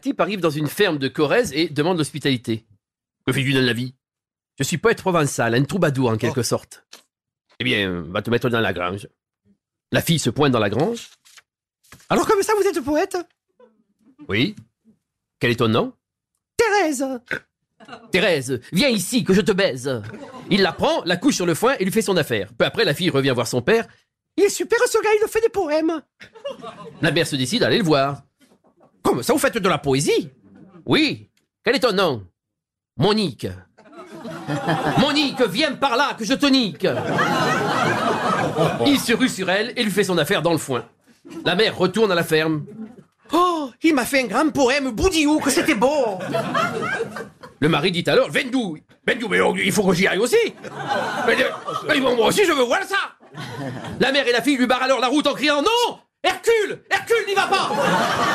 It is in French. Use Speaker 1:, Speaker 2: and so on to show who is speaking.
Speaker 1: type arrive dans une ferme de Corrèze et demande l'hospitalité. Que fais-tu dans la vie Je suis poète provençal, un troubadour en quelque sorte. Eh bien, va te mettre dans la grange. La fille se pointe dans la grange.
Speaker 2: Alors comme ça, vous êtes poète
Speaker 1: Oui. Quel est ton nom
Speaker 2: Thérèse
Speaker 1: Thérèse, viens ici que je te baise. Il la prend, la couche sur le foin et lui fait son affaire. Peu après, la fille revient voir son père.
Speaker 2: Il est super ce gars, il fait des poèmes
Speaker 1: La mère se décide à aller le voir. Comme ça, vous faites de la poésie Oui. Quel est ton nom Monique. Monique, viens par là que je te nique. Il se rue sur elle et lui fait son affaire dans le foin. La mère retourne à la ferme.
Speaker 2: Oh, il m'a fait un grand poème, Boudiou, que c'était beau
Speaker 1: Le mari dit alors Vendou, Vendou, mais oh, il faut que j'y aille aussi. Mais, euh, mais moi aussi, je veux voir ça. La mère et la fille lui barrent alors la route en criant Non Hercule Hercule n'y va pas